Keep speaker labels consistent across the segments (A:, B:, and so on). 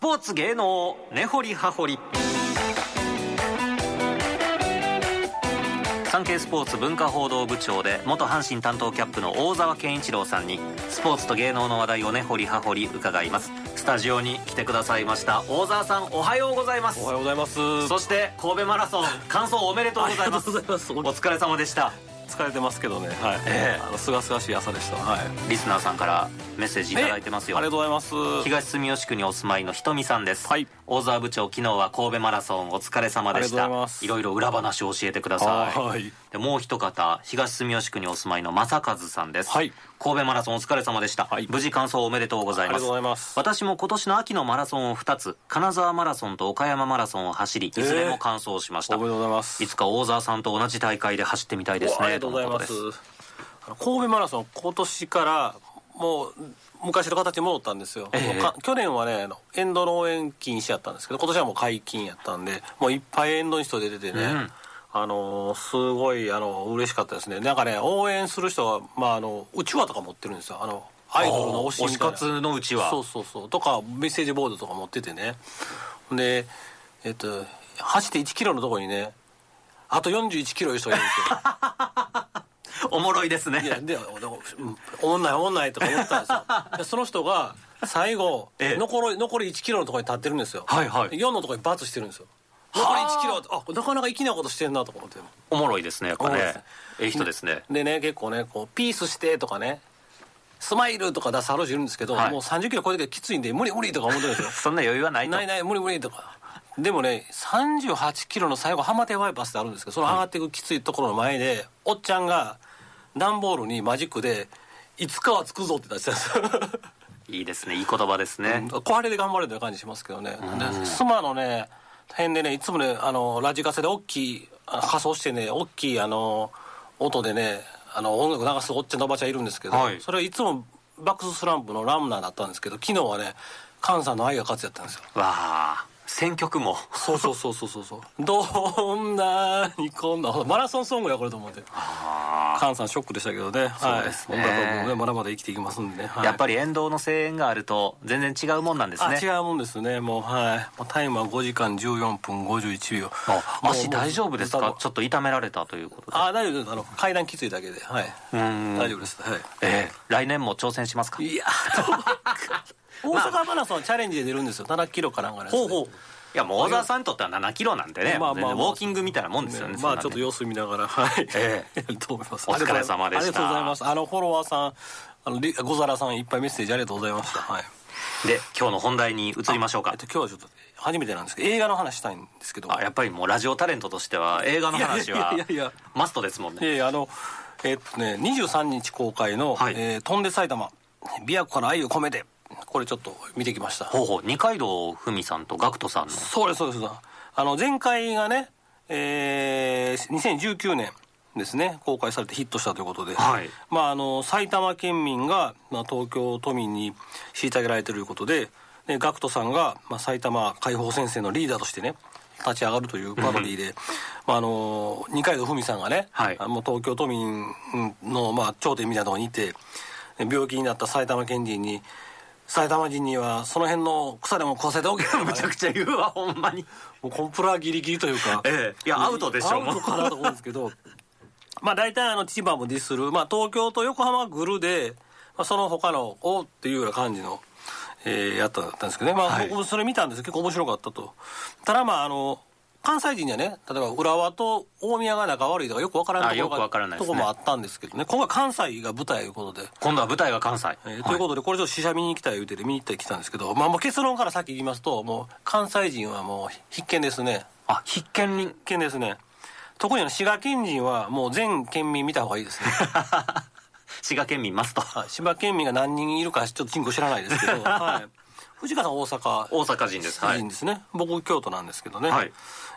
A: ポーツ芸能根掘り葉掘り産経スポーツ文化報道部長で元阪神担当キャップの大沢健一郎さんにスポーツと芸能の話題を根掘り葉掘り伺いますスタジオに来てくださいました大沢さんおはようございます
B: おはようございます
A: そして神戸マラソン完走おめでとうございますお疲れ様でした
B: 疲れてますけどねはい、
A: ええ
B: あのすがすがしい朝でしたはい
A: リスナーさんからメッセージいただいてますよ
B: ありがとうございます
A: 東住吉区にお住まいのひとみさんです、
B: はい
A: 大沢部長昨日は神戸マラソンお疲れ様でした
B: ありがとうございます
A: ろいろ裏話を教えてください
B: はい
A: でもう一方東住吉区にお住まいの正和さんです、
B: はい
A: 神戸マラソンお疲れ様でした、
B: はい
A: 無事完走おめでとうございます
B: ありがとうございます
A: 私も今年の秋のマラソンを2つ金沢マラソンと岡山マラソンを走りいずれも完走しました、
B: おめでとうございます
A: いつか大沢さんと同じ大会で走ってみたいです
B: おあり
A: ね
B: がとうございま
A: と
B: す
A: のことで
B: あの神戸マラソン今年からもう昔の形に戻ったんですよ、
A: ええ
B: もうか去年はねあのエンドの応援禁止やったんですけど今年はもう解禁やったんでもういっぱいエンドに人出ててね、
A: うん
B: あのーすごいあの嬉しかったですねなんかね応援する人は、まあ、あのうちわとか持ってるんですよあのアイドルの推しみたいな
A: お推し活のうちわ
B: そうそうそうとかメッセージボードとか持っててねでえっと走って1キロのとこにねあと41キロいう人がいるんですよ
A: おもろいですね
B: いやでおでもうんおもんないおもんないとか思ってたんですよでその人が最後、
A: ええ
B: 残り残り1キロのところに立ってるんですよ
A: はいはい
B: 4のところにバツしてるんですよ残り1キロあなかなか粋なことしてんなとか思って
A: おもろいですねやっぱ
B: おもろい
A: ね
B: ですね
A: ええ人ですね
B: でね結構ねこうピースしてとかねスマイルとか出すハロジいるんですけど、
A: はい
B: もう3 0キロ超えてきてきついんで無理無理とか思ってるんですよ
A: そんな余裕はないと
B: ないない無理無理とかでもね38キロの最後浜手ワイパスってあるんですけどその上がっていくきついところの前で、おっちゃんが段ボールにマジックで「いつかはつくぞ」って出してたんですよ
A: いいですねいい言葉ですね、
B: 壊れで頑張れという感じしますけどね、で妻のね大変でねいつもねあのラジカセで大きいあ仮装してね大きいあの音でねあの音楽流すおっちゃんのおばちゃんいるんですけど、
A: はい
B: それいつもバックススランプのラムナーだったんですけど昨日はね菅さんの愛が勝つやったんですよ
A: わあ選曲も
B: そうそうそうそうそうそうどんなにこんなマラソンソングやこれと思って菅さんショックでしたけどね
A: そうですね
B: はい、音楽はもうねまだまだ生きていきますんでね、は い
A: やっぱり沿道の声援があると全然違うもんなんです
B: あ
A: ね
B: 違うもんですねもうはいもうタイムは5時間14分51秒
A: あ
B: もう
A: 足大丈夫です
B: もう
A: かちょっと痛められたということで
B: あ大丈夫ですあの階段きついだけではい
A: うん
B: 大丈夫ですはい
A: ええ来年も挑戦しますか
B: いやど うか大阪マラソンはチャレンジで出るんですよ7キロかなんかのやつで
A: いやもう大沢さんにとっては7キロなんてね、
B: まあまあまあ
A: 全然ウォーキングみたいなもんですよね
B: ね
A: そ
B: ま
A: ん
B: あ
A: な
B: ち
A: ん
B: ょっと
A: ね
B: 様子見ながらはい、
A: ええ
B: と思います
A: お疲れ様でした
B: ありがとうございますあのフォロワーさんあのリ小皿さんいっぱいメッセージありがとうございましたはい
A: で今日の本題に移りましょう
B: え
A: か
B: っと今日はちょっと初めてなんですけど映画の話したいんですけど
A: あやっぱりもうラジオタレントとしては映画の話はい
B: やいやいやいや
A: マストですもんね
B: ええあのえっとね23日公開の「
A: はい
B: えー飛んで埼玉琵琶湖から愛を込めて」これちょっと見てきました
A: ほうほう二階堂ふみさんとガクト さんの
B: そうですそうですあの前回がねえー2019年ですね公開されてヒットしたということで、
A: はい
B: まああの埼玉県民が、まあ、東京都民に虐げられてるということででガクトさんが、まあ、埼玉解放戦線のリーダーとしてね立ち上がるというパロディーで、まあ、あの二階堂ふみさんがね、
A: はい
B: あの東京都民の、まあ、頂点みたいなところにいてで病気になった埼玉県人に埼玉人にはその辺の草でも越せておけよ
A: むちゃくちゃ言うわほんまに、
B: もうコンプラギリギリというか
A: ええいやアウトでしょう
B: アウトかなと思うんですけど、 まあ大体あの千葉もディスる、まあ東京と横浜がグルで、まあその他のおっていうような感じの、えーやったんですけどね。まあ、
A: はい
B: 僕もそれ見たんですけど結構面白かったと。ただまああの、関西人にはね、例えば浦和と大宮が仲悪いとかよくわからない
A: あよく
B: ところ
A: わから
B: が、
A: ないで
B: と
A: すね
B: こもあったんですけどね。今回関西が舞台ということで。
A: 今度は舞台が関西、
B: えーということで、これちょっと試写見に行きたい言うてで見に行ってきたんですけど、まあもう結論からさっき言いますと、もう関西人はもう必見ですね。
A: あ必見に
B: 必見ですね特にあの滋賀県人はもう全県民見た方がい いですね
A: 滋賀県民マスト
B: はい滋賀県民が何人いるかちょっと人口知らないですけど、はい、藤川さん大阪
A: 大阪人ですはい
B: 人ですね、僕京都なんですけどね、
A: はい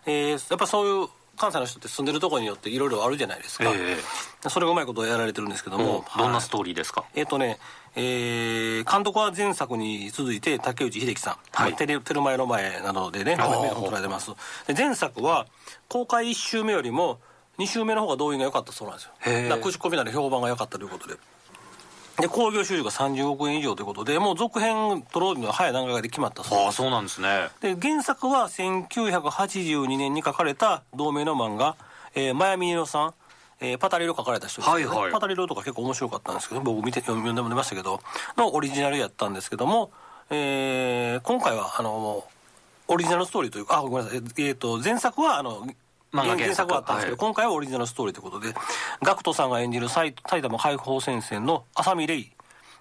B: えーやっぱそういう関西の人って住んでるところによっていろいろあるじゃないですか、
A: え
B: それがうまいことやられてるんですけども、
A: もうどんな
B: はい
A: ストーリーですか、
B: えっ、とね、えー監督は前作に続いて竹内秀樹さん、
A: はい
B: まあテレテルマエロマエなどでね、
A: あー
B: 名を取られてます。で前作は公開1週目よりも2週目の方が動員が良かったそうなんですよ。
A: へー
B: だから口コミなど評判が良かったということで。で興行収入が30億円以上ということでもう続編撮ろうというのは早い段階で決まったそうです
A: ああそうなんですね
B: で原作は1982年に書かれた同名の漫画「えーマヤミネロさん」えーパタリロ書かれた人ですよね、
A: はいはい
B: パタリロとか結構面白かったんですけど僕見て読んでもらいましたけどのオリジナルやったんですけども、えー今回はあのオリジナルストーリーというかあごめんなさい、えーえーと前作はあの
A: 漫画原作
B: 原作はあったんですけ
A: は
B: ど、
A: い
B: 今回はオリジナルストーリーということで GACKT さんが演じる埼埼玉解放戦線の浅見レイ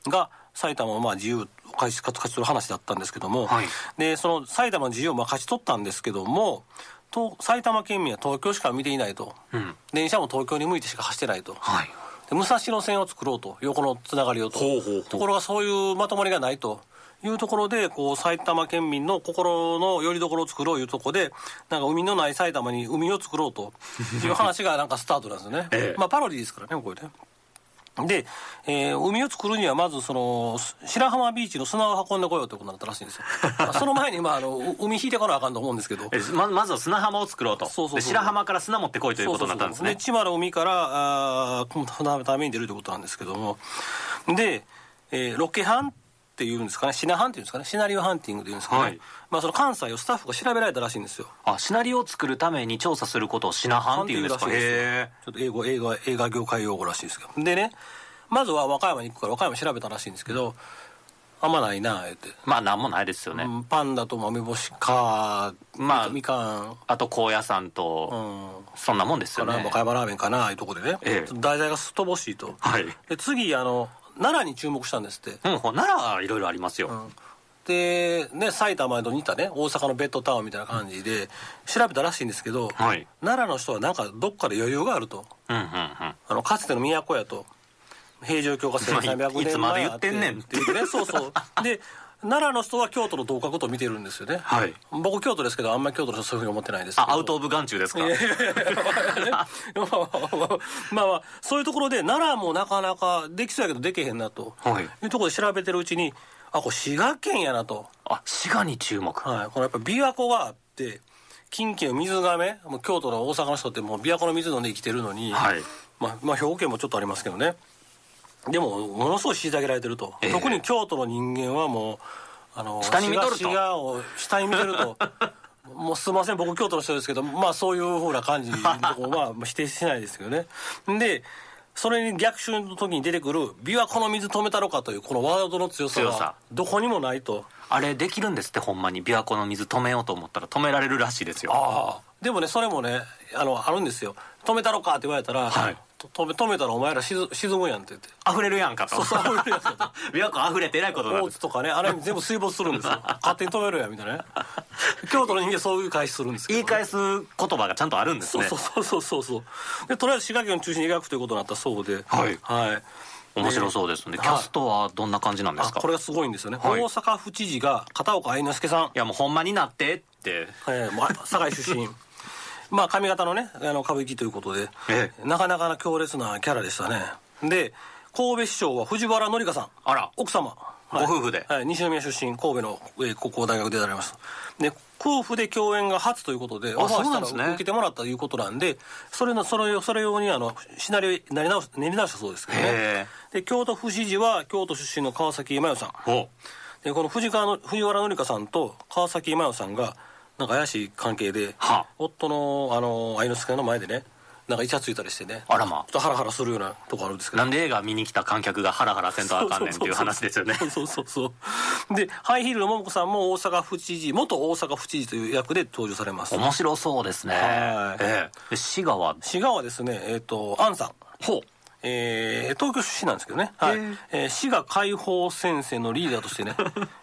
B: が埼玉をまあ自由を勝ち勝ち取る話だったんですけども、
A: はい
B: でその埼玉の自由をまあ勝ち取ったんですけどもと埼玉県民は東京しか見ていないと、
A: うん
B: 電車も東京に向いてしか走ってないと、
A: はい
B: で武蔵野線を作ろうと横のつながりをと
A: ほうほうほう
B: ところがそういうまとまりがないというところでこう埼玉県民の心の拠り所を作ろういうところでなんか海のない埼玉に海を作ろうという話がなんかスタートなんですよね、
A: ええ
B: まあパロディですからねこれねで、えー海を作るにはまずそのす白浜ビーチの砂を運んでこようということになったらしいんですよ まあその前に、まあ、あのう海引いてこなあかんと思うんですけど
A: えままずは砂浜を作ろうと
B: そうそうそう
A: で白浜から砂持ってこいということになったんですね
B: そうそうそう千葉の海からあーこのために出るということなんですけどもで、えーロケハンっていうんですかねシナハンっていうんですかねシナリオハンティングっていうんですかね、
A: はい
B: まあ、その関西をスタッフが調べられたらしいんですよ
A: あシナリオを作るために調査することをシナハンっていうんですか
B: ハンっていうら
A: へえ
B: ちょっと英語映画映画業界用語らしいですけどでねまずは和歌山に行くから和歌山調べたらしいんですけどあんまないなあって、
A: まあなんもないですよね、
B: うんパンダと豆干しか
A: まあ
B: みか
A: あと高野山
B: ん、う
A: と、
B: ん、
A: そんなもんです
B: か
A: よ
B: な
A: ね
B: 和歌山ラーメンかなあいうところでね、
A: ええ
B: ちょっと題材がすっとぼしいと、
A: はい
B: で次あの奈良に注目したんですって、
A: うんほ奈良いろいろありますよ、
B: で、ね、埼玉と似たね大阪のベッドタウンみたいな感じで調べたらしいんですけど、
A: はい
B: 奈良の人はなんかどっかで余裕があると
A: うんうんうん
B: あのかつての都やと平城京が1300
A: いつ
B: 年
A: まで
B: 前
A: 言ってんねん
B: っていうねそうそうで奈良の人は京都の同格と見てるんですよね、
A: はい
B: 僕京都ですけどあんまり京都の人はそういうふうに思ってないですけど
A: あアウト・オブ・眼中ですか
B: いやいやいやまあねまあまあそういうところで奈良もなかなかできそうやけどできへんなと、
A: はい
B: いうところで調べてるうちにあこれ滋賀県やなと、
A: あ滋賀に注目
B: はい、このやっぱ琵琶湖があって近畿の水がめもう京都の大阪の人ってもう琵琶湖の水飲んで生きてるのに、
A: はい
B: まあ、まあ兵庫県もちょっとありますけどねでもものすごい虐げられてると、
A: ええ
B: 特に京都の人間はもうあの
A: 下に見とると
B: 滋賀を下に見てると もうすいません僕京都の人ですけどまあそういうふうな感じのと こまあまあ否定しないですけどねでそれに逆襲の時に出てくる「琵琶湖の水止めたろか」というこのワードの強さ
A: 強さ
B: はどこにもないと
A: あれできるんですってほんまに琵琶湖の水止めようと思ったら止められるらしいですよ
B: ああでもねそれもねあのあるんですよ「止めたろか」って言われたら「
A: はい
B: と止め止めたらお前ら沈沈むやん」って 言って
A: 溢れるやんかと
B: そう溢れるやんかと
A: 琵琶湖溢れてえらいことにな
B: 大
A: る
B: 津とかねあれ全部水没するんで すよ勝手に止めるやみたいなね京都の人間そういう返しするんですけど
A: 言い返す言葉がちゃんとあるんです
B: そう
A: ね
B: そうそうそうそうそうでとりあえず滋賀県を中心に描くということになったそうでは
A: はい
B: はい
A: 面白そうですね
B: で
A: キャストはどんな感じなんです
B: あ
A: か
B: これがすごいんですよね、
A: はい
B: 大阪府知事が片岡愛之助さん
A: いやもうほんまになってって
B: ええもうあ堺 出身まあ髪型のねあの歌舞伎ということで、
A: え
B: なかなかな強烈なキャラでしたねで神戸市長は藤原紀香さん
A: あら
B: 奥様
A: ご夫婦で
B: はい、西宮出身神戸の、えー、高校大学で出られましたで夫婦で共演が初ということでオファ
A: そ
B: ー
A: う
B: し
A: な
B: た
A: ん
B: ら
A: ですね
B: 受けてもらったということなんでそれのそれそれ用にあのシナリオ練り直し練り直したそうですけど
A: へ
B: ねで京都府知事は京都出身の川崎麻世さん
A: ほ
B: でこの藤川の藤原紀香さんと川崎麻世さんがなんか怪しい関係で、
A: はあ
B: 夫のあの愛之助の前でねなんかイチャついたりしてね
A: あらま
B: ちょっとハラハラするようなとこあるんですけ
A: う
B: ど
A: なんで映画見に来た観客がハラハラせんとあかんねんっていう話ですよね
B: そうそうそうそうでハイヒールの桃子さんも大阪府知事元大阪府知事という役で登場されます
A: 面白そうですね
B: はい
A: ええで滋賀は
B: 滋賀はですねえっ、とアンさん
A: ほう
B: えー東京出身なんですけどね、はい
A: へー
B: えー滋賀解放戦線のリーダーとしてね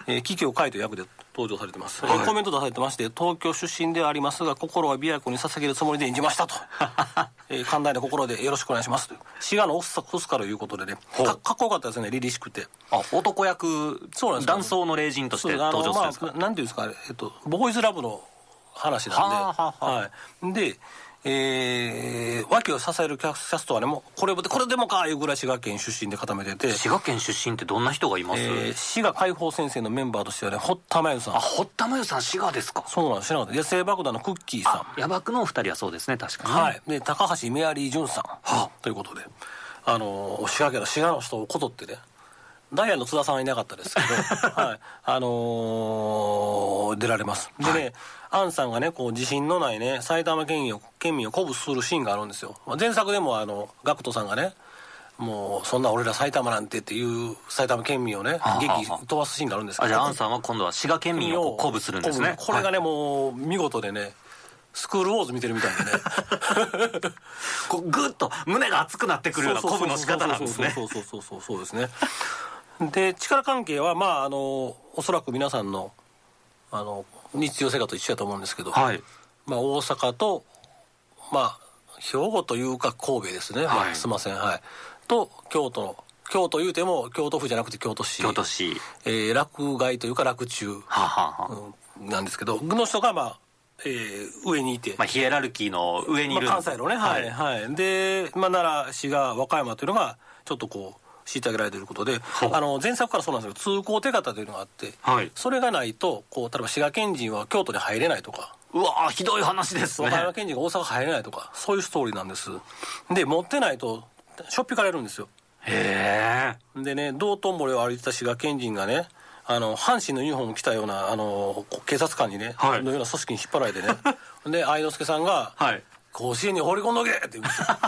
B: えー桔梗海という役で登場されてます、えーコメント出されてまして東京出身ではありますが心は琵琶湖に捧げるつもりで演じましたと、えー寛大な心でよろしくお願いしますと滋賀のオスオスカということでね
A: ほう
B: かかっこよかったですね凛々しくて
A: あ男役
B: そうなんですよ
A: 男装の霊人として
B: あ
A: 登
B: の
A: 場するんですか
B: まあ、なんていうんですか、あれえっと、ボーイズラブの話なんで、
A: はあはあ
B: はい、で、えー、脇を支えるキャスキャストはね、もうこれこれでもかいうぐらい滋賀県出身で固めてて、
A: 滋賀県出身ってどんな人がいます、
B: えー滋賀解放戦線のメンバーとしてはね、堀田真由さん
A: あ、堀田真由さん滋賀ですか
B: そうなんです、知らなかった、野生爆弾のクッキーさん
A: あ、ヤバくのお二人はそうですね確かに、
B: はい、で高橋メアリー・ジュンさん、
A: はあ
B: ということで、あのー滋賀県の滋賀の人をことってね、ダイヤの津田さんはいなかったですけど、 はい、あのー出られます。でね、アンさんがね、こう、自信のないね、埼玉県民を、県民を鼓舞するシーンがあるんですよ。まあ、前作でも、あの、ガクトさんがね、もう、そんな俺ら埼玉なんてっていう埼玉県民をね
A: あ、
B: 劇
A: はあ
B: 飛ばすシーンがあるんですけ
A: あ
B: ど。
A: じゃあアンさんは今度は滋賀県民をこう鼓舞するんですね
B: これがね、もう見事でねスクールウォーズ見てるみたいでね
A: こうグッと胸が熱くなってくるような鼓舞の仕方なんですね
B: そうそうそうそうそうそうそうですねで力関係はまああのおそらく皆さんのあの日常生活と一緒やと思うんですけど、
A: はい
B: まあ、大阪と、まあ、兵庫というか神戸ですね、
A: はい
B: まあ、すいませんはいと京都の京都いうても京都府じゃなくて京都市
A: 京都市
B: えー落外というか落中
A: はあ、はあはあ
B: うんなんですけどの人が、まあえー上にいて、
A: まあ、ヒエラルキーの上にいるんで
B: まあ関西のねはい、はいで、まあ、奈良市が和歌山というのがちょっとこう虐げられていることで
A: ほう
B: あの前作からそうなんですけど通行手形というのがあって、
A: はい
B: それがないとこう例えば滋賀県人は京都に入れないとか
A: うわーひどい話です
B: 和
A: ね
B: 歌山県人が大阪入れないとかそういうストーリーなんですで持ってないとしょっぴかれるんですよ
A: へえ
B: でね道頓堀を歩いてた滋賀県人がねあの阪神のユニフォーム着たようなあのこ警察官にね、
A: はい
B: のような組織に引っ張られ てねで愛之助さんが
A: はい
B: 甲子園に放り込んどけ!」って言うんですよ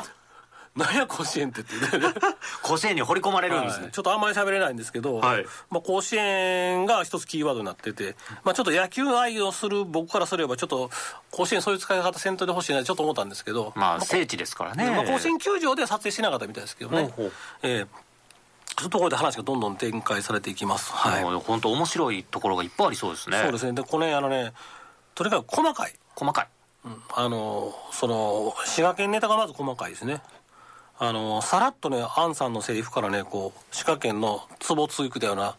B: 何や甲子 園ってって言ってね
A: 甲子園に掘り込まれるんですね、
B: はいちょっとあんまり喋れないんですけど、
A: はい
B: まあ、甲子園が一つキーワードになってて、まあ、ちょっと野球愛をする僕からすればちょっと甲子園そういう使い方せんといてほしいなってちょっと思ったんですけど、
A: まあ聖地ですからね、
B: まあ、甲子園球場で撮影してなかったみたいですけどね、
A: ほうほう
B: ええそういうところで話がどんどん展開されていきます、はい
A: もう本当面白いところがいっぱいありそうですね
B: そうですねでこれあのねとにかく細かい
A: 細かい
B: あのその滋賀県ネタがまず細かいですねあのさらっとねアンさんのセリフからねこう滋賀県の壺ついくだような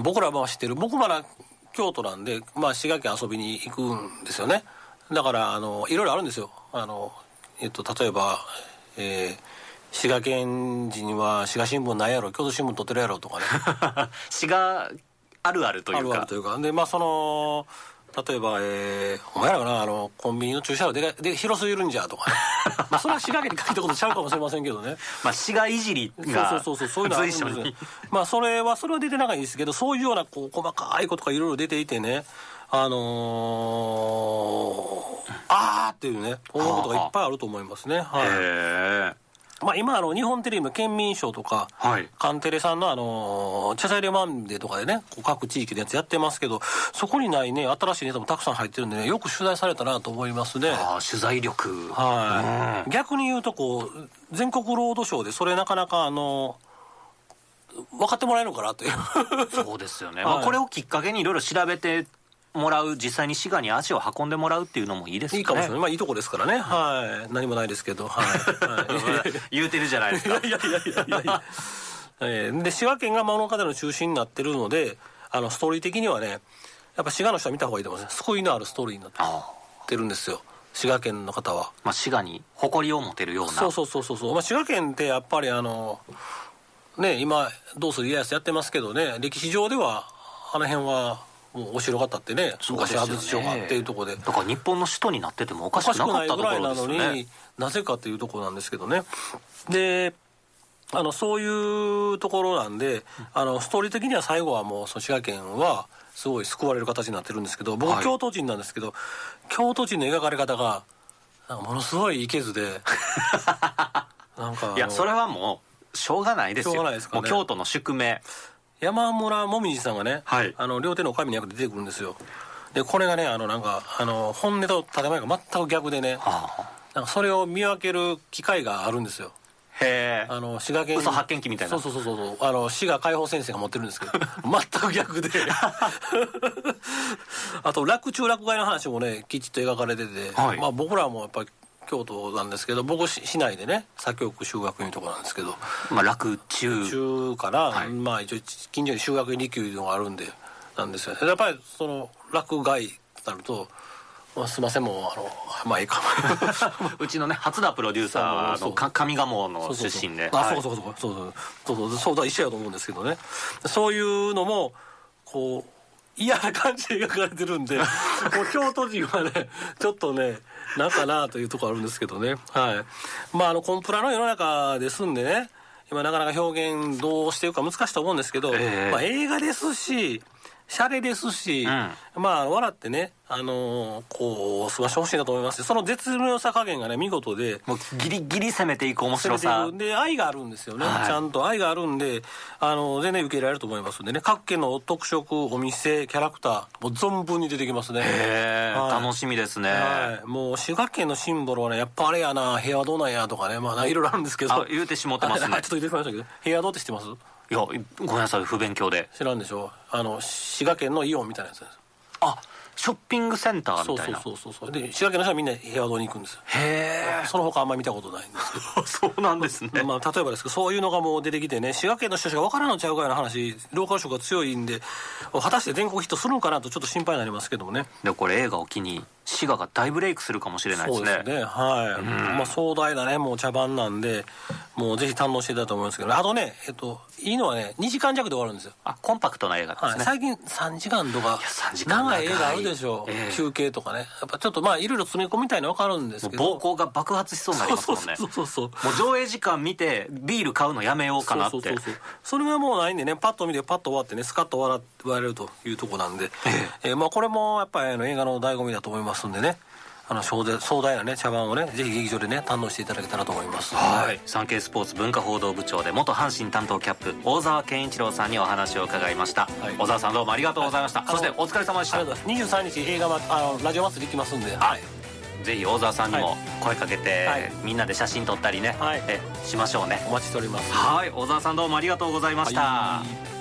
B: 僕らは知ってる僕まだ京都なんで、まあ、滋賀県遊びに行くんですよねだからあのいろいろあるんですよあの、えっと、例えば、えー滋賀県人は滋賀新聞ないやろ京都新聞取ってるやろとかね
A: 詩があるあるというか
B: あるあるというかでまあその例えば、えーお前らがなあのコンビニの駐車場でかいで広すぎるんじゃ」とか、ね、 まあそれは仕掛けに書いたことちゃうかもしれませんけどね
A: まあ、詩がいじり
B: そう
A: が
B: そうそうそうそういうのあるん
A: 随
B: です
A: 所
B: よ
A: に
B: まあそれはそれは出てないんですけどそういうようなこう細かいことがいろいろ出ていてねあのーあーっていうね思うことがいっぱいあると思いますねはい
A: へえ
B: まあ、今あの日本テレビの県民賞とか、
A: はい
B: カンテレさんのあのチャチャリマンデーとかでねこう各地域でやつやってますけどそこにないね新しいネタもたくさん入ってるんでねよく取材されたなと思いますね。
A: ああ取材力
B: はい、逆に言うとこう全国ロードショーでそれなかなかあの分かってもらえるのかなと いう
A: そうですよね、
B: はい
A: まあ、これをきっかけにいろいろ調べてもらう実際に滋賀に足を運んでもらうっていうのもいいですね
B: いいかもしれない、まあいいとこですからね、はい、何もないですけど、はいは
A: 言うてるじゃないです か
B: い、いやいやいやいやいやえーで滋賀県が物語の中心になってるのであのストーリー的にはねやっぱ滋賀の人は見た方がいいと思いますね救いのあるストーリーになっ
A: ああ
B: てるんですよ滋賀県の方は
A: まあ、滋賀に誇りを持てるような
B: そうそうそうそうそう、まあ、滋賀県ってやっぱりあのね今「どうする家康」やってますけどね歴史上ではあの辺はもうお城が建ってね
A: そうです
B: 昔
A: よ
B: 安
A: ね
B: 土城があっていうところで
A: だから日本の首都になっててもお
B: お
A: かし
B: か
A: く
B: し
A: な
B: く
A: かっ
B: ない
A: た
B: ぐ
A: とこ
B: らい
A: ろ
B: な
A: です
B: の
A: よ
B: に、
A: ね
B: なぜかというところなんですけどねであのそういうところなんであのストーリー的には最後はもうその滋賀県はすごい救われる形になってるんですけど僕、
A: はい
B: 京都人なんですけど京都人の描かれ方がなんかものすごいいけ ずでなんかあの
A: いやそれはもうしょうがないですよ
B: しょうがないですかね
A: もう京都の宿命
B: 山村もみじさんがね、
A: はい
B: あの両手のおかみの役で出てくるんですよでこれがねあのなんかあの本音と建前が全く逆でね、
A: あ
B: なんかそれを見分ける機会があるんですよ。
A: あへえ
B: あの滋賀県
A: 嘘発見器みたいな
B: そうそうそうそうあの滋賀解放戦線が持ってるんです けど全く逆で あと落中落外の話もねきちっと描かれてて、
A: はい
B: まあ、僕らもやっぱり京都なんですけど僕市市内でね左京区修学院とかなんですけど
A: まあ楽中
B: 中から、
A: はい
B: まあ一応近所に修学院離宮いうのがあるんでなんですよねやっぱりその落外となると、まあ、すいませんもうあのまあいいかも。
A: うちのね初田プロデューサー
B: そうそ
A: の
B: う
A: か上賀茂の
B: そうそうそう
A: 出身で
B: あ、
A: はい
B: そうそうそうそうそうそうそうそうだ一緒やと思うんですけどねそういうのもこう嫌な感じで描かれてるんで もう京都人はねちょっとねなんかなというところあるんですけどねはいまああのコンプラの世の中ですんでね今なかなか表現どうしていくか難しいと思うんですけど、
A: ええ
B: まあ、映画ですしシャレですし、
A: う
B: まあ笑ってね、あのーこう済ましてほしいなと思いますしその絶妙さ加減がね見事で
A: もうギリギリ攻めていく面白さ
B: で愛があるんですよね、
A: はい
B: ちゃんと愛があるんであの全然受け入れられると思いますんでね各県の特色お店キャラクターもう存分に出てきますね
A: へえ
B: はい
A: 楽しみですね、
B: はい、もう滋賀県のシンボルはねやっぱあれやな平和堂なんやとかねまあいろいろあるんですけど
A: あ言うてしもうてますね
B: あちょっと言ってきましたけど平和堂って知ってます
A: いやごめんなさい不勉強で
B: 知らんでしょあの滋賀県のイオンみたいなやつです
A: あショッピングセンター
B: そ
A: み
B: う
A: た
B: そ
A: いうな
B: そうそうそうで滋賀県の人はみんな平和堂に行くんですよ
A: へ
B: その他あんまり見たことないんですけど
A: えそうなんですね、
B: まあ、例えばですけどそういうのがもう出てきてね滋賀県の人しか分からんのちゃうかような話ローカル色が強いんで果たして全国ヒットするのかなとちょっと心配になりますけどもね
A: でこれ映画を機に滋賀が大ブレイクするかもしれないです
B: そう
A: ね
B: ですねはい、まあ、壮大なねもう茶番なんでもうぜひ堪能していただいたと思いますけど、ね、あとねえっといいのはね2時間弱で終わるんですよ
A: あコンパクトな映画ですね、
B: はい、最近3時間とか
A: 3時間長
B: 長
A: い
B: い映画あるでしょう、
A: ええ
B: 休憩とかねやっぱちょっとまあいろいろ詰め込みたいの分かるんです
A: もう
B: けど
A: 暴行が爆発しそうになります
B: そう
A: もん
B: そう
A: ね
B: そうそうそう
A: もう上映時間見てビール買うのやめようかなって
B: そうそうそうそうそれがもうないんでねパッと見てパッと終わってねスカッと笑って笑えるというとこなんで、えーまあ、これもやっぱりあの映画の醍醐味だと思いますんでねあの壮大壮大なね茶番をねぜひ劇場でね堪能していただけたらと思います
A: はい、産経スポーツ文化報道部長で元阪神担当キャップ大沢健一郎さんにお話を伺いました、
B: はい
A: 小沢さんどうもありがとうございました、
B: はい
A: そしてお疲れ様でし
B: あ
A: た
B: りがとうございます23日映画まあのラジオ祭り行きますんで
A: はいぜひ大沢さんにも声かけて、
B: はい
A: みんなで写真撮ったりね、
B: はい
A: えしましょうね
B: お待ちしております
A: はい大沢さんどうもありがとうございました、
B: はい